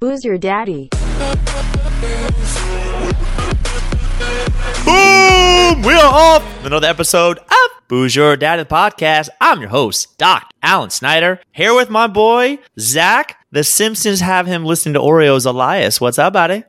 Who's your daddy? Boom! We are off! Another episode of Booze Your Daddy Podcast. I'm your host, Doc Alan Snyder, here with my boy, Zach. The Simpsons have him listening to Oreos Elias. What's up, buddy?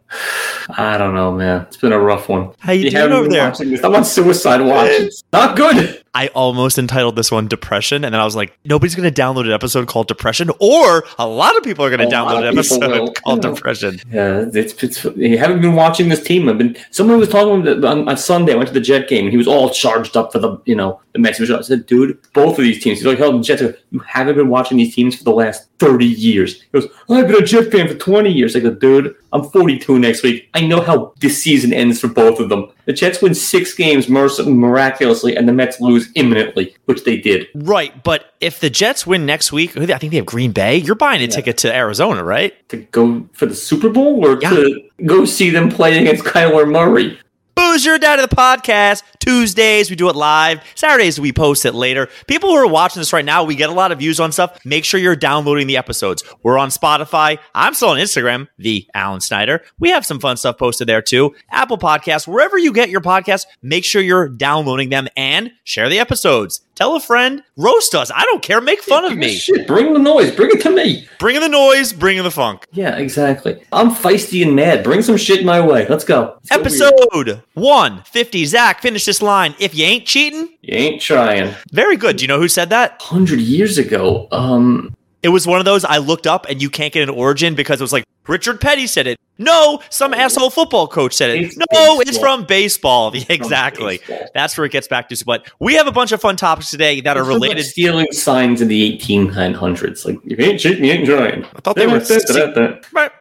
I don't know, man. It's been a rough one. How you doing haven't over been there? watching this. I'm on suicide watch. It's not good. I almost entitled this one Depression, and then I was like, nobody's going to download an episode called Depression, or a lot of people are going A to lot download of an people will. episode called Yeah. Depression. Yeah, it's, it's you haven't been watching this team. I've been. Someone was talking to me on, on Sunday. I went to the Jet game and he was all charged up for the you know the Mexican shot. I said, dude, both of these teams. He's like, hell, the Jets. are- You haven't been watching these teams for the last thirty years. He goes, I've been a Jet fan for twenty years. I go, dude, I'm 42 next week. I know how this season ends for both of them. The Jets win six games merc- miraculously, and the Mets lose imminently, which they did. Right, but if the Jets win next week, who they- I think they have Green Bay. You're buying a ticket to Arizona, right? to go for the Super Bowl or Yeah. to go see them play against Kyler Murray. Booze Your Dad of the podcast. Tuesdays, we do it live. Saturdays, we post it later. People who are watching this right now, we get a lot of views on stuff. Make sure you're downloading the episodes. We're on Spotify. I'm still on Instagram, the Alan Snyder. We have some fun stuff posted there too. Apple Podcasts, wherever you get your podcasts, make sure you're downloading them and share the episodes. Tell a friend, roast us. I don't care. Make fun of me. Shit, bring the noise, bring it to me. Bring in the noise, bring in the funk. Yeah, exactly. I'm feisty and mad. Bring some shit my way. Let's go. Let's go weird. Episode 150. Zach, finish this line. If you ain't cheating, You ain't trying. very good. Do you know who said that? Hundred years ago, um, It was one of those I looked up and you can't get an origin because it was like Richard Petty said it. No, some asshole football coach said it. It's no, it's baseball. from baseball. exactly. baseball. That's where it gets back to. But we have a bunch of fun topics today that are it's like related. stealing signs in the 1800s. Like you ain't cheating, you ain't trying. I thought they were sing-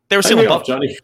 They were singing about Johnny.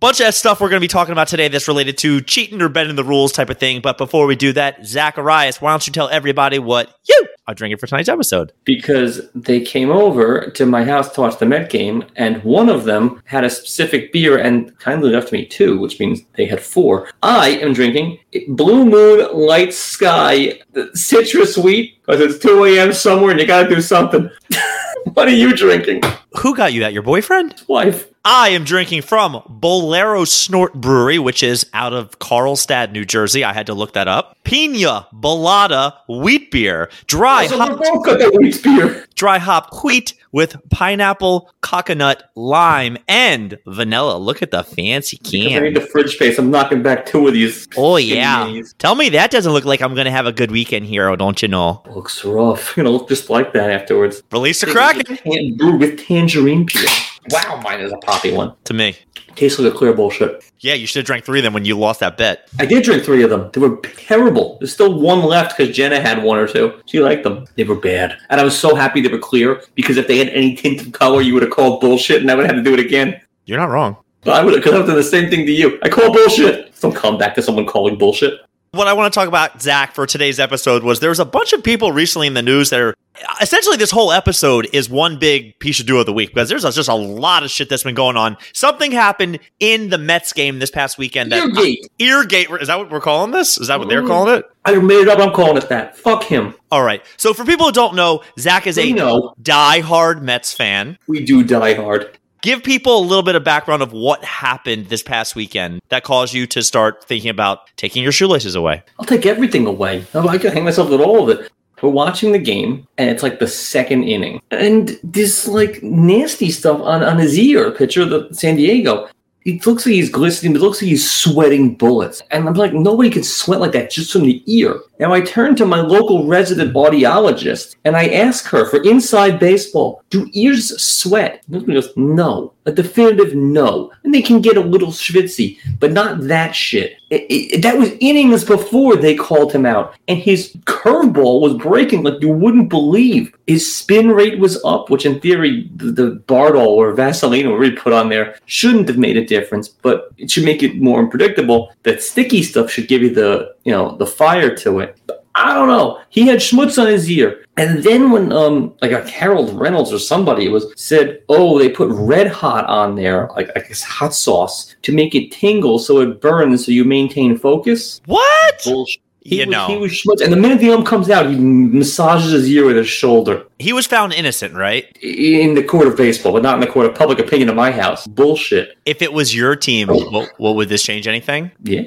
bunch of stuff we're going to be talking about today that's related to cheating or bending the rules type of thing. But before we do that, Zacharias, why don't you tell everybody what you are drinking for tonight's episode? because they came over to my house to watch the Met game, and one of them had a specific beer and kindly left me two, which means they had four. I am drinking Blue Moon Light Sky Citrus Wheat because it's 2 a.m. somewhere and you gotta do something. what are you drinking? Who got you that? Your boyfriend? Wife. I am drinking from Bolero Snort Brewery, which is out of Carlstad, New Jersey. I had to look that up. Pina Bolada wheat beer, dry So we hop, both got that wheat beer. dry hop wheat with pineapple, coconut, lime, and vanilla. Look at the fancy I need can. the fridge space. I'm knocking back two of these. Oh yeah! Jeez. Tell me that doesn't look like I'm gonna have a good weekend here, oh, don't you know? Looks rough. You know, look just like that afterwards. Release the kraken Tan- brewed with tangerine peel. Wow, mine is a poppy one. to me. Tastes like a clear bullshit. Yeah, you should have drank three of them when you lost that bet. I did drink three of them. They were terrible. There's still one left because Jenna had one or two. She liked them. They were bad. And I was so happy they were clear because if they had any tint of color, you would have called bullshit and I would have to do it again. You're not wrong. But I would have because I've done the same thing to you. I call bullshit. Don't come back to someone calling bullshit. what I want to talk about, Zach, for today's episode was there's a bunch of people recently in the news that are essentially this whole episode is one big piece of do of the week because there's just a lot of shit that's been going on. Something happened in the Mets game this past weekend. That Eargate. Mm-hmm. Eargate is that what we're calling this? Is that what they're Ooh. calling it? I made it up. I'm calling it that. Fuck him. All right. So for people who don't know, Zach is We a know diehard Mets fan. we do die hard. Give people a little bit of background of what happened this past weekend that caused you to start thinking about taking your shoelaces away. I'll take everything away. I'm not gonna hang myself with all of it. We're watching the game, and it's like the second inning, and this like nasty stuff on on his ear. Picture of the San Diego. It looks like he's glistening, but it looks like he's sweating bullets. And I'm like, nobody can sweat like that just from the ear. Now I turn to my local resident audiologist and I ask her for inside baseball. Do ears sweat? And she goes, no, a definitive no. And they can get a little schwitzy, but not that shit. It- it- that was innings before they called him out. And his curveball was breaking like you wouldn't believe. His spin rate was up, which in theory, the, the Bardol or Vaseline, whatever you put on there, shouldn't have made a difference, but it should make it more unpredictable. That sticky stuff should give you the, you know, the fire to it. I don't know. He had schmutz on his ear. And then when um like a Harold Reynolds or somebody was said, Oh, they put red hot on there, like I guess hot sauce, to make it tingle so it burns so you maintain focus. What? Bullshit. He you was, know, he was schmutz. And the minute the ump comes out, he massages his ear with his shoulder found innocent, right? I- in the court of baseball, but not in the court of public opinion in my house. Bullshit. If it was your team, what, what would this change anything? Yeah.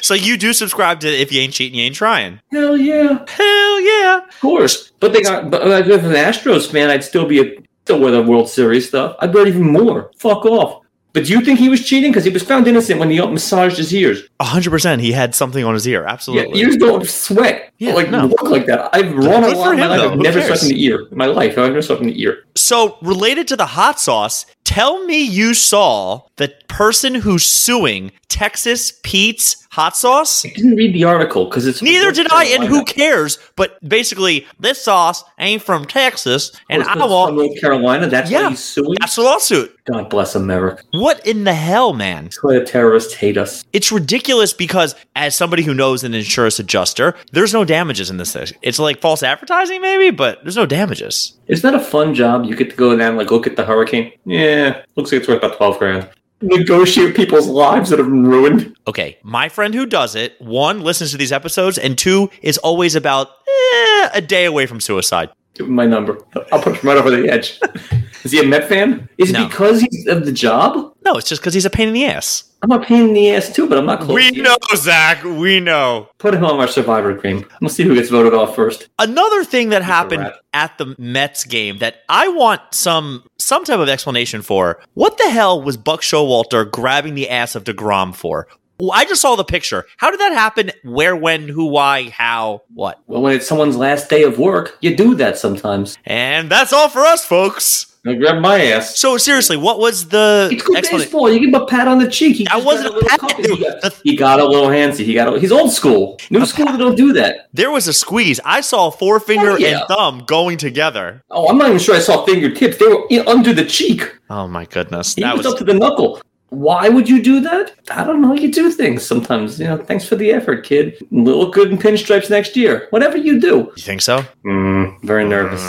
so you do subscribe to if you ain't cheating, you ain't trying. Hell yeah, Hell yeah. of course. But they got. But uh, if an Astros fan, I'd still be a, still wear the World Series stuff. I'd bet even more. Fuck off. But do you think he was cheating? Because he was found innocent when the ump massaged his ears. A 100% he had something on his ear. Yeah, Absolutely. ears don't sweat. Yeah, like no. look like that. I've run a good for lot in my him, life. though. I've Who never cares? sweat in the ear. In my life, I've never sweat in the ear. So, related to the hot sauce, tell me you saw the person who's suing Texas Pete's hot sauce? I didn't read the article because it's Neither North did I, and who Carolina. cares? But basically, this sauce ain't from Texas, and Of course, I 'cause it's from want North Carolina. That's Yeah. why he's suing. that's a lawsuit. God bless America. What in the hell, man? That's why the terrorists hate us. It's ridiculous because, as somebody who knows an insurance adjuster, there's no damages in this thing. It's like false advertising, maybe, but there's no damages. It's not a fun job. You get to go down and like look at the hurricane. Yeah, looks like it's worth about twelve grand. Negotiate people's lives that have been ruined. Okay, my friend who does it, one, listens to these episodes, and two, is always about eh, a day away from suicide. Give him my number. I'll push him right over the edge. Is he a Met fan? Is No. it because he's of the job? No, it's just because he's a pain in the ass. I'm a pain in the ass too, but I'm not close. We to you. know, Zach. We know. Put him on our Survivor game. We'll see who gets voted off first. Another thing that happened wrap. at the Mets game that I want some some type of explanation for. What the hell was Buck Showalter grabbing the ass of DeGrom for? Well, I just saw the picture. How did that happen? Where, when, who, why, how, what? Well, when it's someone's last day of work, you do that sometimes. And that's all for us, folks. I grab my ass. So seriously, what was the It's good explanation? baseball. You give him a pat on the cheek. He That just wasn't got a little pat, cuppy. dude. He got, That's- he got a little handsy. He got. A, he's old school. New school that don't do that. There was a squeeze. I saw forefinger Oh, yeah. and thumb going together. Oh, I'm not even sure I saw fingertips. They were in, under the cheek. Oh my goodness, He that was, was up to the knuckle. Why would you do that? I don't know. You do things sometimes. You know. Thanks for the effort, kid. Look good in pinstripes next year. Whatever you do. You think so? Mm, very nervous.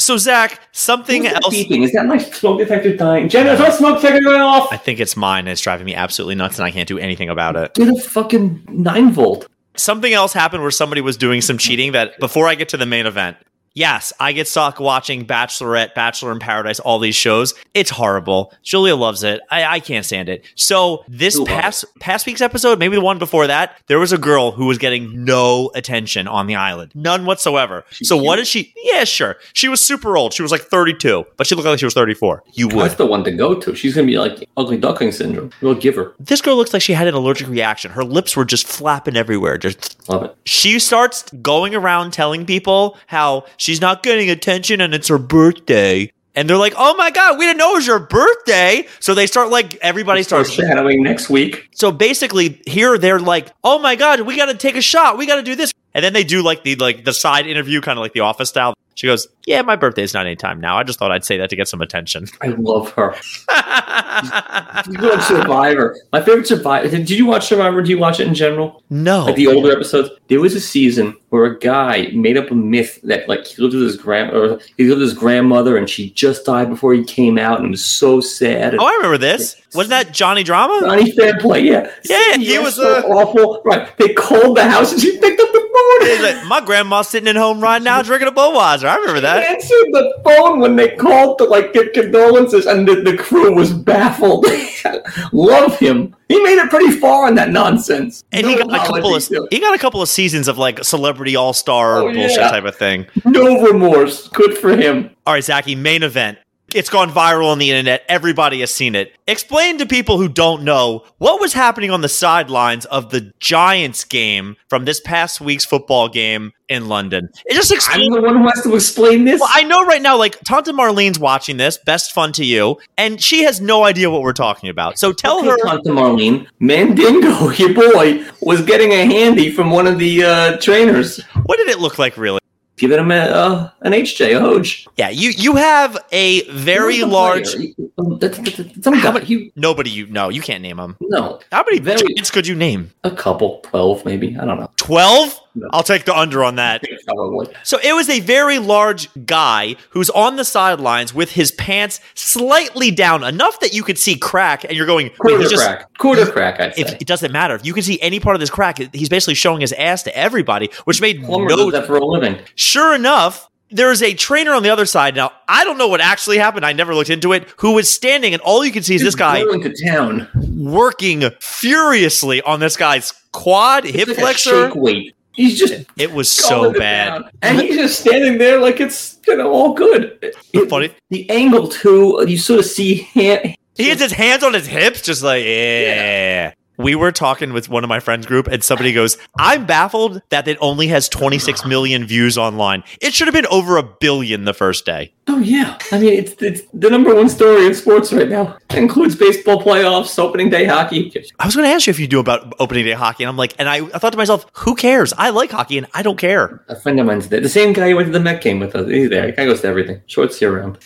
So Zach, something Who's that else. beeping? Is that my smoke detector dying? Jenna, is our smoke detector going I off? think it's mine. It's driving me absolutely nuts, and I can't do anything about it. Get a fucking nine volt. Something else happened where somebody was doing some cheating. That before I get to the main event, yes, I get stuck watching Bachelorette, Bachelor in Paradise, all these shows. It's horrible. Julia loves it. I, I can't stand it. So this Who loves past past week's episode, maybe the one before that, there was a girl who was getting no attention on the island, none whatsoever. so what did she? Yeah, sure. She was super old. She was like 32, but she looked like she was 34. You would. That's the one to go to. She's gonna be like ugly duckling syndrome. We'll give her. this girl looks like she had an allergic reaction. Her lips were just flapping everywhere. Just Love it. she starts going around telling people how she's not getting attention and it's her birthday. And they're like, "Oh my god, we didn't know it was your birthday!" So they start like everybody starts. shadowing next week. So basically, here they're like, "Oh my god, we got to take a shot. We got to do this." And then they do like the like the side interview, kind of like the office style. She goes, "Yeah, my birthday is not any time now. I just thought I'd say that to get some attention." I love her. Ah. You go on Survivor. My favorite Survivor. Did you watch Survivor? Do you watch it in general? no, Like the older episodes. There was a season where a guy made up a myth that like he lived with his grand or he lived with his grandmother and she just died before he came out and it was so sad. And Oh, I remember this. Wasn't that Johnny Drama? Johnny Fairplay, yeah. Yeah, Sydney he was was uh, so a- awful. Right. They called the house and she picked up the phone. He's like, My grandma's sitting at home right now drinking a Budweiser. I remember She that. answered the phone when they called to like give condolences and the, the crew was baffled. Love him. He made it pretty far on that nonsense. And no he got a couple of apology, too. he got a couple of seasons of like celebrity all star Oh, bullshit yeah. type of thing. no remorse. Good for him. All right, Zachy, main event. It's gone viral on the internet. Everybody has seen it. Explain to people who don't know what was happening on the sidelines of the Giants game from this past week's football game in London. It just explain I'm the one who has to explain this. Well, I know right now, like Tante Marlene's watching this. Best fun to you, and she has no idea what we're talking about. So tell Okay, her. Tante Marlene, Mandingo, your boy, was getting a handy from one of the uh, trainers, What did it look like, really? giving him a, uh, an HJ, a Hoj. Yeah, you you have a very He was a large. player. He- some, that's, that's, that's some How guy. many- He, Nobody you know, you can't name them. no, How many Very- giants could you name? a couple, twelve maybe. I don't know. Twelve? No. I'll take the under on that. Probably. So it was a very large guy who's on the sidelines with his pants slightly down, enough that you could see crack, and you're going, wait, Quarter he's just. crack. Quarter crack. I'd say. If, it doesn't matter if you can see any part of this crack. He's basically showing his ass to everybody, which made Plumber no does that for a living. sure enough, there is a trainer on the other side. Now, I don't know what actually happened. I never looked into it. Who was standing, and all you can see is this guy going to town. working furiously on this guy's quad hip Like a flexor. shake weight. He's just It was going so to bad. town. and he's just standing there like it's you know all good. It- Funny. The angle too. You sort of see hand. He has his hands on his hips, just like, yeah. We were talking with one of my friends' group, and somebody goes, I'm baffled that it only has 26 million views online. It should have been over a billion the first day. Oh yeah, I mean it's, it's the number one story in sports right now. It includes baseball playoffs, opening day hockey. I was going to ask you if you knew about opening day hockey, and I'm like, and I, I thought to myself, who cares? I like hockey, and I don't care. A friend of mine's there. The same guy who went to the Met game with us. He's there. The guy goes to everything. Shorts year round.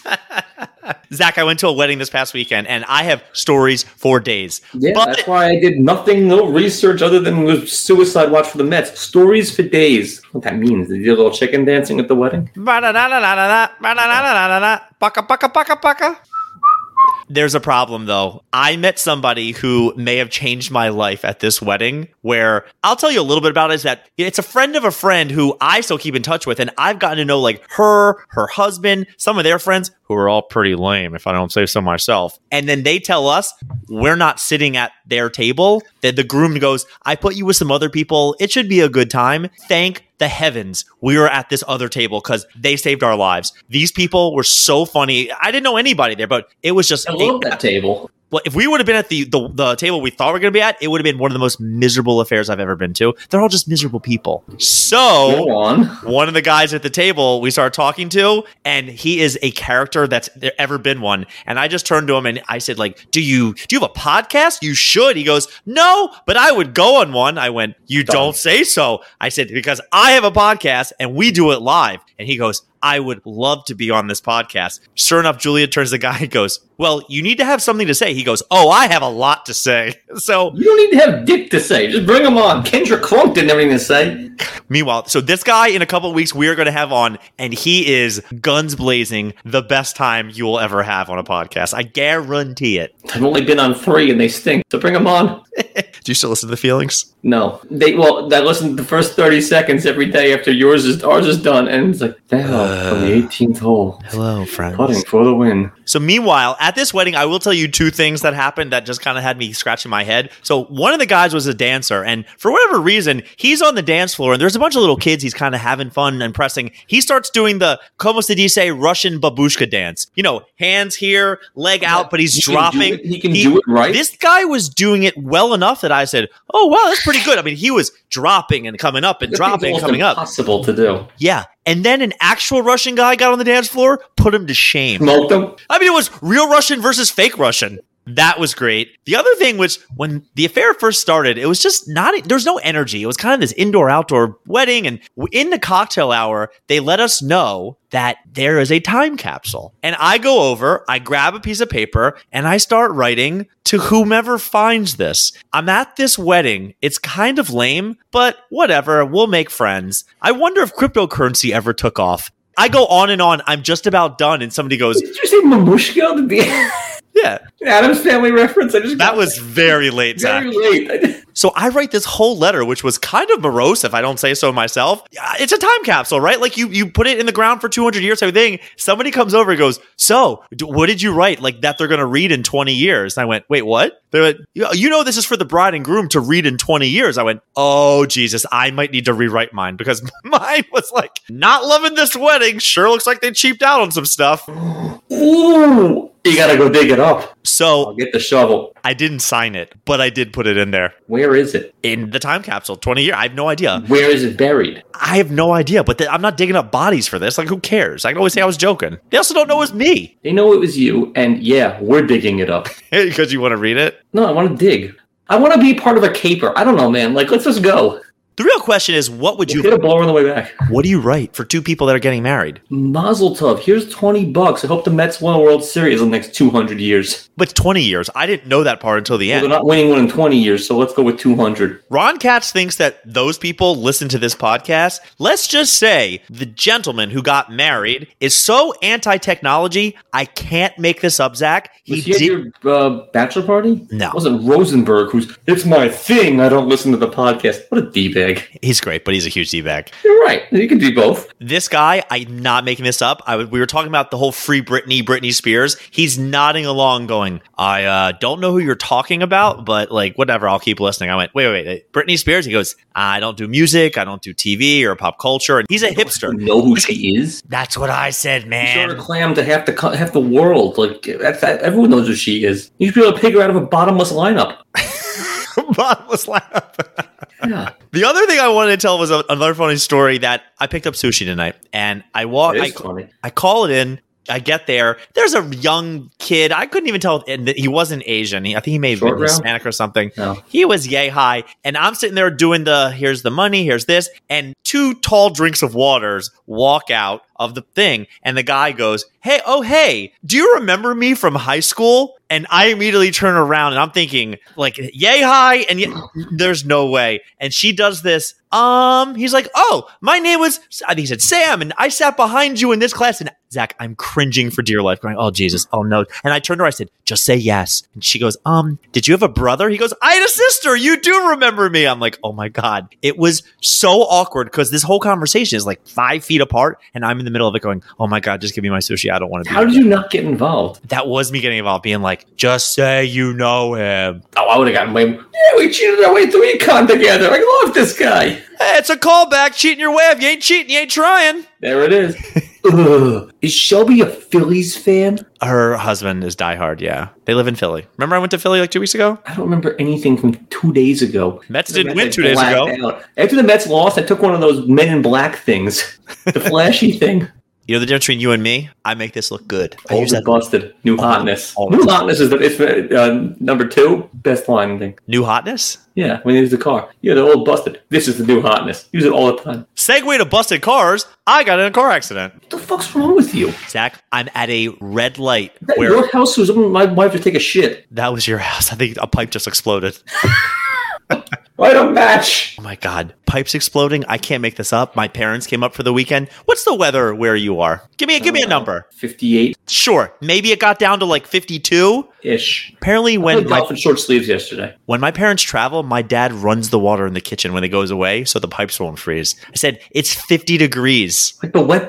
Zach, I went to a wedding this past weekend and I have stories for days. Yeah, but that's why I did nothing, no research other than was suicide watch for the Mets. Stories for days. What that means? They did a little chicken dancing at the wedding. Ba-da-da-da-da-da-da, ba-da-da-da-da-da-da, baka, baka, baka, baka. There's a problem though. I met somebody who may have changed my life at this wedding where I'll tell you a little bit about it is that it's a friend of a friend who I still keep in touch with and I've gotten to know like her, her husband, some of their friends who are all pretty lame if I don't say so myself. And then they tell us we're not sitting at their table. That the groom goes, "I put you with some other people. It should be a good time." Thank the heavens we were at this other table because they saved our lives. These people were so funny. I didn't know anybody there, but it was just I a- love that table. well, if we would have been at the, the the table we thought we were going to be at, it would have been one of the most miserable affairs I've ever been to. They're all just miserable people. So Go on. one of the guys at the table we start talking to, and he is a character that's there ever been one. And I just turned to him and I said, like, do you do you have a podcast? You should. He goes, no, but I would go on one. I went, you Done. don't say so. I said because I have a podcast and we do it live. And he goes. I would love to be on this podcast. Sure enough, Julia turns to the guy and goes, Well, you need to have something to say. He goes, Oh, I have a lot to say. So You don't need to have dick to say. Just bring him on. Kendra Clunk didn't have anything to say. Meanwhile, so this guy in a couple of weeks we are going to have on, and he is guns blazing, the best time you will ever have on a podcast. I guarantee it. I've only been on three and they stink. So bring him on. Do you still listen to the feelings? No, they well. I listen to the first thirty seconds every day after yours is ours is done, and it's like now on Uh, the eighteenth hole, Hello, putting friends. for the win. So, meanwhile, at this wedding, I will tell you two things that happened that just kind of had me scratching my head. So, one of the guys was a dancer, and for whatever reason, he's on the dance floor, and there's a bunch of little kids he's kind of having fun and pressing. He starts doing the como se dice Russian babushka dance. You know, hands here, leg out, but he's He can do dropping. it- He can do it right. This guy was doing it well enough that I said, "Oh wow, that's pretty good." I mean, he was dropping and coming up and dropping and coming up. Impossible to do. Yeah, and then an actual Russian guy got on the dance floor, put him to shame. Smoke them. I mean, it was real Russian versus fake Russian. That was great. The other thing was when the affair first started, it was just not, there's no energy. It was kind of this indoor outdoor wedding. And w- in the cocktail hour, they let us know that there is a time capsule. And I go over, I grab a piece of paper, and I start writing to whomever finds this. I'm at this wedding. It's kind of lame, but whatever. We'll make friends. I wonder if cryptocurrency ever took off. I go on and on. I'm just about done. And somebody goes, Did you say Mamushka? Did the yeah, Adam's Family reference? I just that was very late, Zach. very late. So I write this whole letter, which was kind of morose, if I don't say so myself. Yeah, It's a time capsule, right? Like you, you put it in the ground for 200 years, everything. Somebody comes over and goes, so d- what did you write? Like that they're going to read in 20 years. And I went, wait, what? They're like, "You- you know, this is for the bride and groom to read in 20 years. I went, oh Jesus, I might need to rewrite mine because mine was like, not loving this wedding. Sure looks like they cheaped out on some stuff. Ooh, you gotta go dig it up. I'll So get the shovel. I didn't sign it, but I did put it in there. Where is it? in the time capsule 20 year i have no idea Where is it buried? i have no idea but th- i'm not digging up bodies for this like who cares i can always say i was joking they also don't know it's me They know it was you, and yeah, we're digging it up. because you want to read it No, I want to dig. I want to be part of a caper. I don't know, man. Like, let's just go. The real question is, what would you? You hit a blower on the way back. What do you write for two people that are getting married? Mazel tov. Here's 20 bucks. I hope the Mets win a World Series in the next 200 years. But twenty years. I didn't know that part until the Well, end. they're not winning one in 20 years, so let's go with 200. Ron Katz thinks that those people listen to this podcast. Let's just say the gentleman who got married is so anti technology. I can't make this up, Zach. He Was he, at did. your uh, bachelor party? No. It wasn't Rosenberg who's, it's my thing. I don't listen to the podcast. What a D-bag. He's great, but he's a huge d bag. You're right. You can do both. This guy, I'm not making this up. I, would- we were talking about the whole free Britney, Britney Spears. He's nodding along, going, "I uh, don't know who you're talking about, but like whatever, I'll keep listening." I went, "Wait, wait, wait, Britney Spears." He goes, "I don't do music. I don't do TV or pop culture." And he's a You hipster. know who she is? That's what I said, You man. showed a clam to half the, co- half the world. Like, that's, that, everyone knows who she is. You should be able to pick her out of a bottomless lineup. bottomless lineup. Yeah. the other thing I wanted to tell was a- another funny story that I picked up sushi tonight, and I walk, It I, is funny. I call it in. I get there. There's a young kid. I couldn't even tell. And he wasn't Asian. He, I think he may have Short been round? Hispanic or something. No. He was yay high. And I'm sitting there doing the here's the money, here's this. And two tall drinks of waters walk out of the thing. And the guy goes, Hey, oh, hey, do you remember me from high school? And I immediately turn around and I'm thinking, like, yay high. And yet, there's no way. And she does this. Um, he's like, Oh, my name was, I think he said Sam. And I sat behind you in this class. And Zach, I'm cringing for dear life, going, Oh, Jesus. Oh, no. And I turned to her. I said, Just say yes. And she goes, Um, did you have a brother? He goes, I had a sister. You do remember me. I'm like, Oh my God. It was so awkward because this whole conversation is like five feet apart. And I'm in the middle of it going, Oh my God, just give me my sushi. I don't want to be. How did you not get involved? that was me getting involved, being like, Just say you know him. Oh, I would have gotten way more. Yeah, we cheated our way through econ together. I love this guy. Hey, it's a callback. Cheating your way. If you ain't cheating, you ain't trying. There it is. Ugh. Is Shelby a Phillies fan? Her husband is diehard. Yeah, they live in Philly. Remember, I went to Philly like two weeks ago. I don't remember anything from two days ago. Mets The didn't win had two days blacked ago. out. After the Mets lost, I took one of those Men in Black things, the flashy thing. You know the difference between you and me. I make this look good. I Old use that and busted. New hotness. all the New hotness is the it's, uh, number two best line. I think. new hotness. Yeah, when you use the car. Yeah, the old busted. This is the new hotness. Use it all the time. Segue to busted cars. I got in a car accident. What the fuck's wrong with you? Zach, I'm at a red light. That- Where Your house was my wife to take a shit. that was your house. I think a pipe just exploded. Why don't match? Oh my god, pipes exploding. I can't make this up. My parents came up for the weekend. What's the weather where you are? Give me a, give me a number. 58 Sure, maybe it got down to like 52. ish. Apparently, I when played my golf in short sleeves yesterday. When my parents travel, my dad runs the water in the kitchen when it goes away so the pipes won't freeze. I said, It's 50 degrees. Like the wet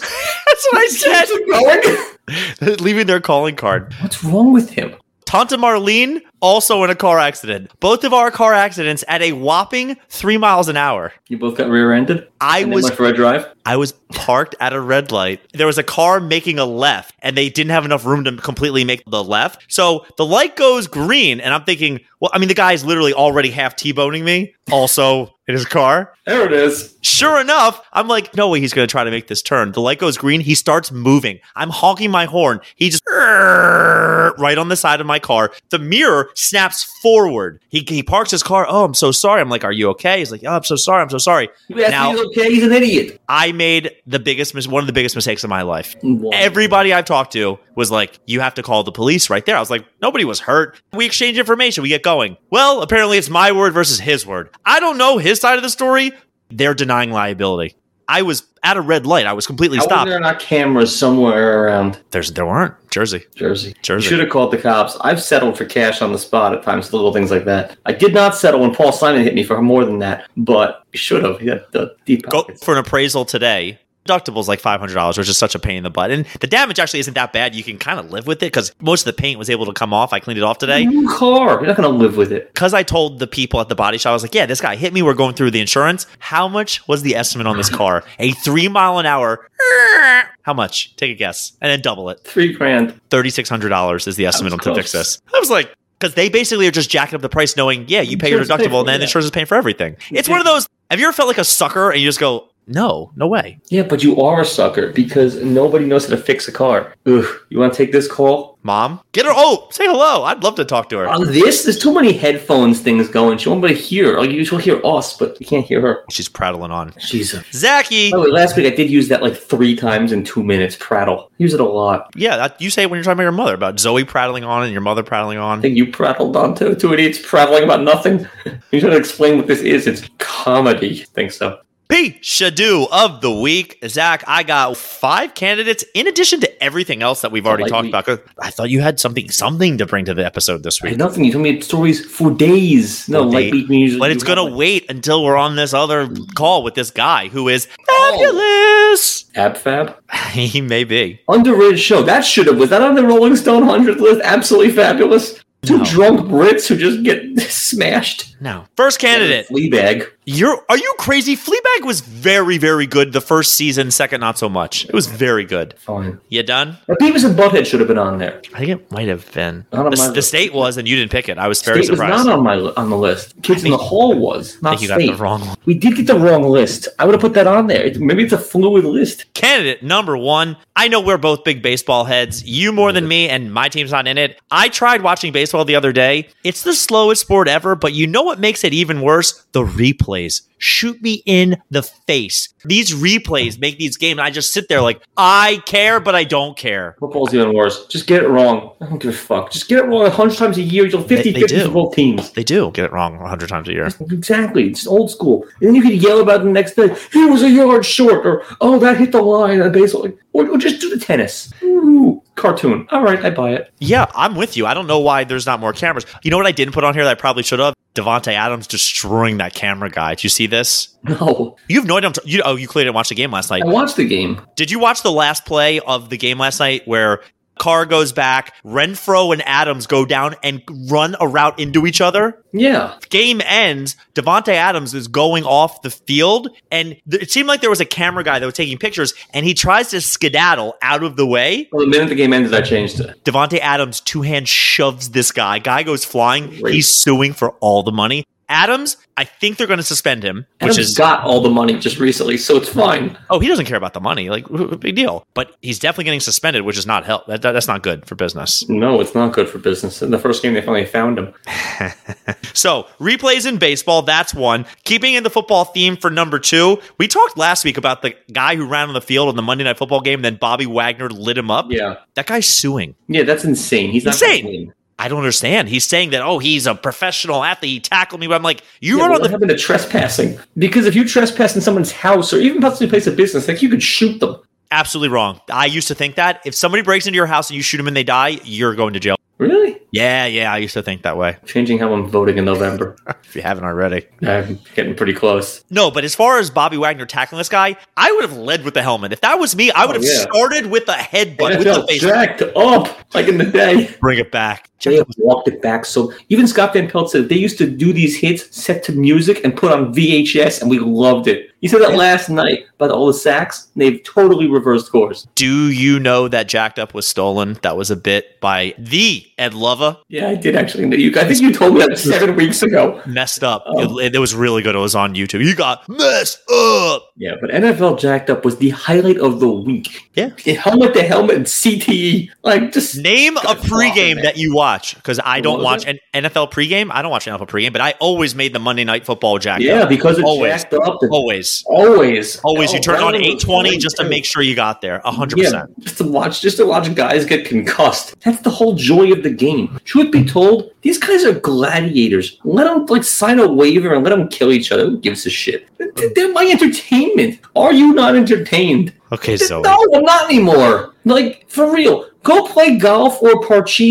That's what I said. Leaving their calling card. What's wrong with him? Tanta Marlene, also in a car accident. Both of our car accidents at a whopping three miles an hour. You both got rear ended? I and was then went for a drive? I was parked at a red light. There was a car making a left, and they didn't have enough room to completely make the left. So the light goes green, and I'm thinking, well, I mean, the guy's literally already half T-boning me, also in his car. There it is. Sure enough, I'm like, no way he's going to try to make this turn. The light goes green. He starts moving. I'm honking my horn. He just right on the side of my car. The mirror snaps forward. He, he parks his car. Oh, I'm so sorry. I'm like, are you okay? He's like, oh, I'm so sorry. I'm so sorry. You asked Now- if he's okay, he's an idiot. I made the biggest mis- one of the biggest mistakes of my life. Why? Everybody I've talked to was like, you have to call the police right there. I was like, nobody was hurt. We exchange information, we get going. Well, apparently it's my word versus his word. I don't know his side of the story. They're denying liability. I was at a red light. I was completely How were stopped. there not cameras somewhere around There's there weren't. Jersey. Jersey? Jersey. You should have called the cops. I've settled for cash on the spot at times, little things like that. I did not settle when Paul Simon hit me for more than that, but you should have. He had the deep Go pockets. for an appraisal today. Deductible's like five hundred dollars, which is such a pain in the butt. And the damage actually isn't that bad. You can kind of live with it because most of the paint was able to come off. I cleaned it off today. New car. You're not going to live with it. because I told the people at the body shop, I was like, yeah, this guy hit me. We're going through the insurance. How much was the estimate on this car? A three mile an hour. How much? Take a guess and then double it. Three grand. $3,600 is the estimate on was to close. fix this. I was like, because they basically are just jacking up the price knowing, yeah, you pay your Insurance paid deductible for and then it, yeah. insurance is paying for everything. It's one of those, have you ever felt like a sucker and you just go, No, no way. Yeah, but you are a sucker because nobody knows how to fix a car. Ugh, you want to take this call? Mom, get her. Oh, say hello. I'd love to talk to her. On this, there's too many headphones things going. She won't be able to hear. Like, she'll hear us, but you can't hear her. She's prattling on. She's a. Zachy. By the way, last week I did use that like three times in two minutes. Prattle. Use it a lot. Yeah, that, you say it when you're talking about your mother about Zoe prattling on and your mother prattling I on. think you prattled on too. Two idiots prattling about nothing. you trying to explain what this is? It's comedy. I think so. P. Shadu of the week. Zach, I got five candidates in addition to everything else that we've already Light talked week. about. 'Cause I thought you had something something to bring to the episode this I week. had nothing. You told me stories for days. No, For like days. we can usually. But it's do Mm. going to one. wait until we're on this other call with this guy who is Oh. fabulous. Ab Fab. he may be. Underrated show. That should have was that on the Rolling Stone hundred list. Absolutely fabulous. Two No. drunk Brits who just get smashed. No. First candidate. Fleabag. You're are you crazy? Fleabag was very, very good the first season, second not so much. It was very good. Fine. You done? Now, Beavis and Butthead should have been on there. I think it might have been. Not on my The, the list. state was, and you didn't pick it. I was very State was surprised. not on my li- on the list. Kids in the Hall was I not think you got State. the wrong one. we did get the wrong list. I would have put that on there. It- maybe it's a fluid list. Candidate number one. I know we're both big baseball heads. You more than me, and my team's not in it. I tried watching baseball the other day. It's the slowest sport ever, but you know what makes it even worse? The replays. Shoot me in the face. These replays make these games. And I just sit there like, I care, but I don't care. Football's even worse. Just get it wrong. I don't give a fuck. Just get it wrong a hundred times a year. You'll 50 they 50 do. for both teams. They do get it wrong 100 times a year. Exactly. It's old school. And then you could yell about it the next day. He was a yard short, or oh, that hit the line on baseball, or, or just do the tennis. Ooh, cartoon. All right, I buy it. Yeah, I'm with you. I don't know why there's not more cameras. You know what I didn't put on here that I probably should have? Devonte Adams destroying that camera guy. Did you see this? No, You have no idea. I'm t- you, oh, you clearly didn't watch the game last night. I watched the game. Did you watch the last play of the game last night where Carr goes back, Renfro and Adams go down and run a route into each other? Yeah, Game ends. Devonte Adams is going off the field, and th- it seemed like there was a camera guy that was taking pictures, and he tries to skedaddle out of the way. well, the minute the game ended, I changed it. Devonte Adams two hand shoves this guy. Guy goes flying. Great. He's suing for all the money. Adams, I think they're going to suspend him, Adam's which is got all the money just recently, so it's fine. oh he doesn't care about the money, like w- w- big deal. But he's definitely getting suspended, which is not help. That, that- that's not good for business. No, it's not good for business. In the first game, they finally found him. So replays in baseball, that's one. Keeping in the football theme for number two, we talked last week about the guy who ran on the field on the Monday Night Football game. Then Bobby Wagner lit him up. Yeah, That guy's suing. yeah, that's insane. He's not gonna Insane. win. I don't understand. He's saying that oh he's a professional athlete. He tackled me, but I'm like you Yeah, run but on the what happened to trespassing? Because if you trespass in someone's house or even possibly place of business, like you could shoot them. Absolutely wrong. I used to think that if somebody breaks into your house and you shoot them and they die, you're going to jail. Really? Yeah, yeah, I used to think that way. Changing how I'm voting in November. If you haven't already. I'm getting pretty close. No, but as far as Bobby Wagner tackling this guy, I would have led with the helmet. If that was me, I would Oh, have yeah. started with the headbutt I with the felt face. jacked up like in the day. Bring it back. They have walked it back. So even Scott Van Pelt said they used to do these hits set to music and put on VHS, and we loved it. He said that last night about all the sacks. and They've totally reversed course. Do you know that Jacked Up was stolen? That was a bit by the Ed Lova. Yeah, I did actually. know You, I think you told me that seven weeks ago. Messed up. Oh. It, it was really good. It was on YouTube. You got messed up. Yeah, but NFL Jacked Up was the highlight of the week. Yeah. helmet to helmet and CTE, like just Name a Good pregame lord, man. that you watch because I What don't was watch an NFL pregame. I don't watch NFL pregame, but I always made the Monday Night Football jack. yeah, because it's Always. jacked up. the- always, Always, always. you Oh, turn that on was eight twenty just to great. make sure you got there. hundred percent. Yeah, just to watch, just to watch guys get concussed. That's the whole joy of the game. Truth be told, these guys are gladiators. Let them like sign a waiver and let them kill each other. Who gives a shit? Th- They're my entertainment. Are you not entertained? Okay, Zoe. No, I'm not anymore. Like for real. Go play golf or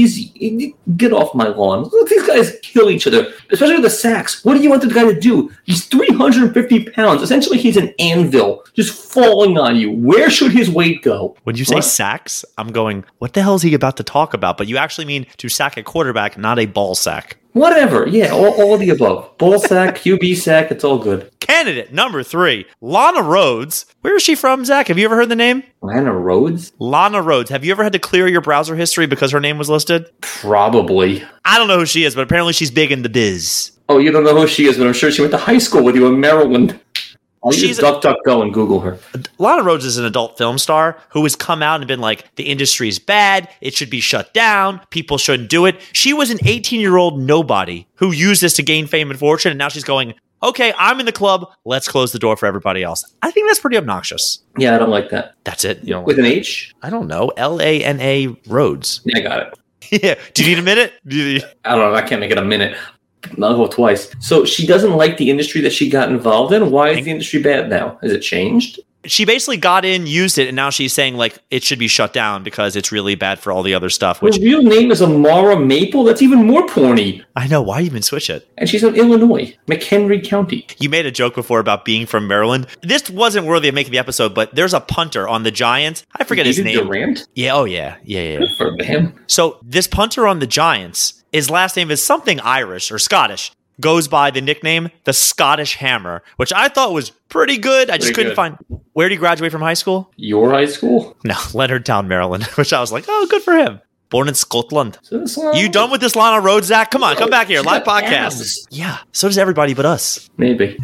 parcheesi. Get off my lawn. Look, these guys kill each other, especially with the sacks. What do you want the guy to do? He's 350 pounds. Essentially, he's an anvil, just falling on you. Where should his weight go? When you say What? sacks, I'm going. What the hell is he about to talk about? But you actually mean to sack a quarterback, not a ball sack. Whatever. Yeah, all, all the above. Ball sack, QB sack, it's all good. Candidate number three, Lana Rhodes. Where is she from, Zach? Have you ever heard the name? Lana Rhodes? Lana Rhodes. Have you ever had to clear your browser history because her name was listed? Probably. I don't know who she is, but apparently she's big in the biz. Oh, you don't know who she is, but I'm sure she went to high school with you in Maryland. I'll use she's duck, duck, go and Google her. Lana Rhodes is an adult film star who has come out and been like, the industry is bad. It should be shut down. People shouldn't do it. She was an 18 year old nobody who used this to gain fame and fortune. And now she's going, okay, I'm in the club. Let's close the door for everybody else. I think that's pretty obnoxious. Yeah, I don't like that. That's it. You don't With an H? I don't know. L A N A Rhodes. Yeah, I got it. yeah. Do you need a minute? Do you- I don't know. I can't make it a minute. I'll go twice. So she doesn't like the industry that she got involved in. Why is the industry bad now? Has it changed? she basically got in, used it, and now she's saying like it should be shut down because it's really bad for all the other stuff. Which Her real name is Amara Maple. That's even more porny. I know why even switch it. And she's in Illinois, McHenry County. You made a joke before about being from Maryland. This wasn't worthy of making the episode, but there's a punter on the Giants. I forget his David name. Durant Yeah. Oh yeah. Yeah. Yeah. yeah. for him. So this punter on the Giants, his last name is something Irish or Scottish. Goes by the nickname the Scottish Hammer, which I thought was pretty good. I just Pretty couldn't find. Where did he graduate from high school? Your high school. No, Leonardtown, Maryland. Which I was like, oh, good for him. Born in Scotland. So this one- You done with this Lana Rhodes, Zach? Come on, come back here. She's Live got podcast. abs. Yeah. So does everybody but us. Maybe.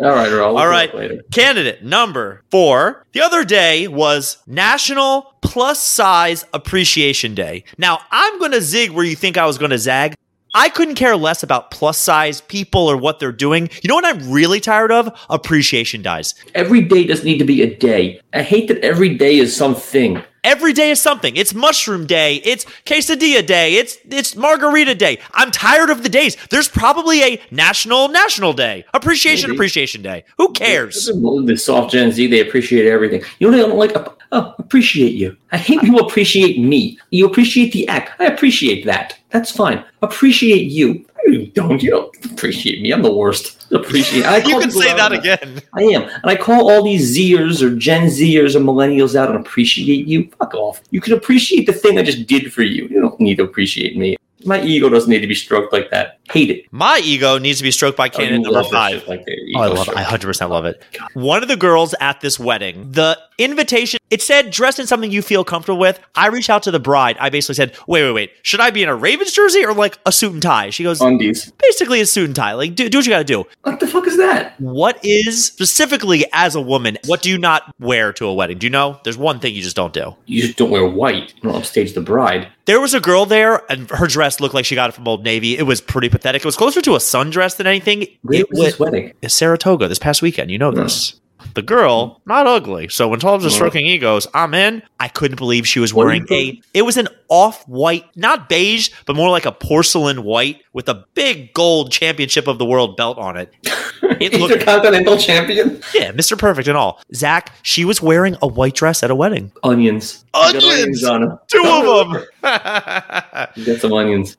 All right, or I'll look All it right. up Later. Candidate number four. The other day was National Plus Size Appreciation Day. Now, I'm going to zig where you think I was going to zag. I couldn't care less about plus size people or what they're doing. You know what I'm really tired of? Appreciation dies. Every day doesn't need to be a day. I hate that every day is something. Every day is something. It's mushroom day. It's quesadilla day. It's it's margarita day. I'm tired of the days. There's probably a national national day. Appreciation Maybe. appreciation day. Who cares? The soft Gen Z, they appreciate everything. You know what I don't like? Ap- Oh, appreciate you. I hate people appreciate me. You appreciate the act. I appreciate that. That's fine. Appreciate you. No, You don't. You don't appreciate me. I'm the worst. Appreciate. I You call can people say out that on again. I am, and I call all these Zers or Gen Zers or Millennials out and appreciate you. Fuck off. You can appreciate the thing I just did for you. You don't need to appreciate me. My ego doesn't need to be stroked like that. Hate it. My ego needs to be stroked by Oh, you candidate number love that five. shit Like that. Oh, I Ego love it. stroke. I 100% love it. One of the girls at this wedding, the invitation, it said dress in something you feel comfortable with. I reached out to the bride. I basically said, wait, wait, wait. Should I be in a Ravens jersey or like a suit and tie? She goes, Undies. basically a suit and tie. Like, do, do what you got to do. What the fuck is that? What is specifically as a woman, what do you not wear to a wedding? Do you know? There's one thing you just don't do. you just don't wear white. You don't upstage the bride. There was a girl there, and her dress looked like she got it from Old Navy. It was pretty pathetic. It was closer to a sundress than anything. Where it was was this wedding? Saratoga this past weekend. You know this. The girl, not ugly. So when Tom's are Mm. stroking egos, I'm in. I couldn't believe she was What do you wearing a. It was an off-white, not beige, but more like a porcelain white with a big gold championship of the world belt on it. It looked Intercontinental champion. Yeah, Mr. Perfect and all. Zach, she was wearing a white dress at a wedding. Onions. You got Onions! on them. Two of them. Replays You got some onions.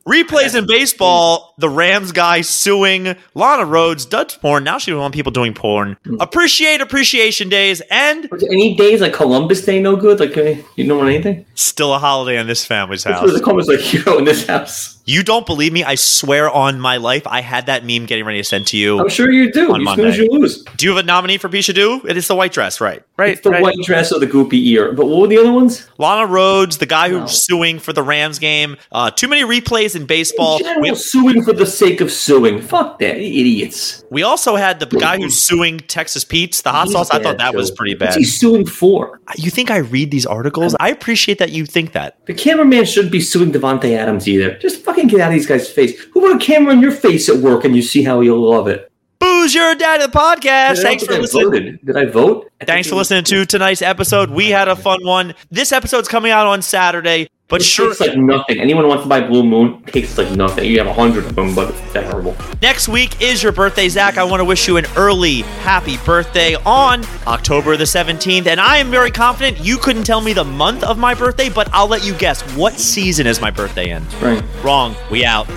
in baseball, the Rams guy suing Lana Rhodes, does porn. Now she want people doing porn. Mm. Appreciate appreciation days and Was there any days like Columbus Day no good? Like uh, you don't want anything? still a holiday in this family's That's where house. the Columbus like hero in this house. You don't believe me? I swear on my life, I had that meme getting ready to send to I'm you. sure you do. On you Monday. snooze, you lose. Do you have a nominee for Bisha Do? It is the white dress, right? Right. It's the right. white dress or the goopy ear. But what were the other ones? Lana Rhodes, the guy who's No. suing for the Rams game. Uh, too many replays in baseball. In general, We- suing for the sake of suing. Fuck that, you idiots. We also had the guy who's suing Texas Pete's the hot He's sauce. I bad, thought that too. was pretty bad. What's he suing for? You think I read these articles? I appreciate that you think that. The cameraman shouldn't be suing Devontae Adams either. Just fucking get out of these guys' face. Who put a camera in your face at work and you see how you'll love it? Booze your dad of the podcast. And I don't Thanks think for I listening. Voted. Did I vote? I Thanks think for it was- listening to tonight's episode. We had a fun one. This episode's coming out on Saturday, but It sure, tastes like nothing. Anyone wants to buy Blue Moon? Tastes like nothing. You have a hundred of them, but it's terrible. next week is your birthday, Zach. I want to wish you an early happy birthday on October the 17th. And I am very confident you couldn't tell me the month of my birthday, but I'll let you guess what season is my birthday in. Right. Wrong. We out.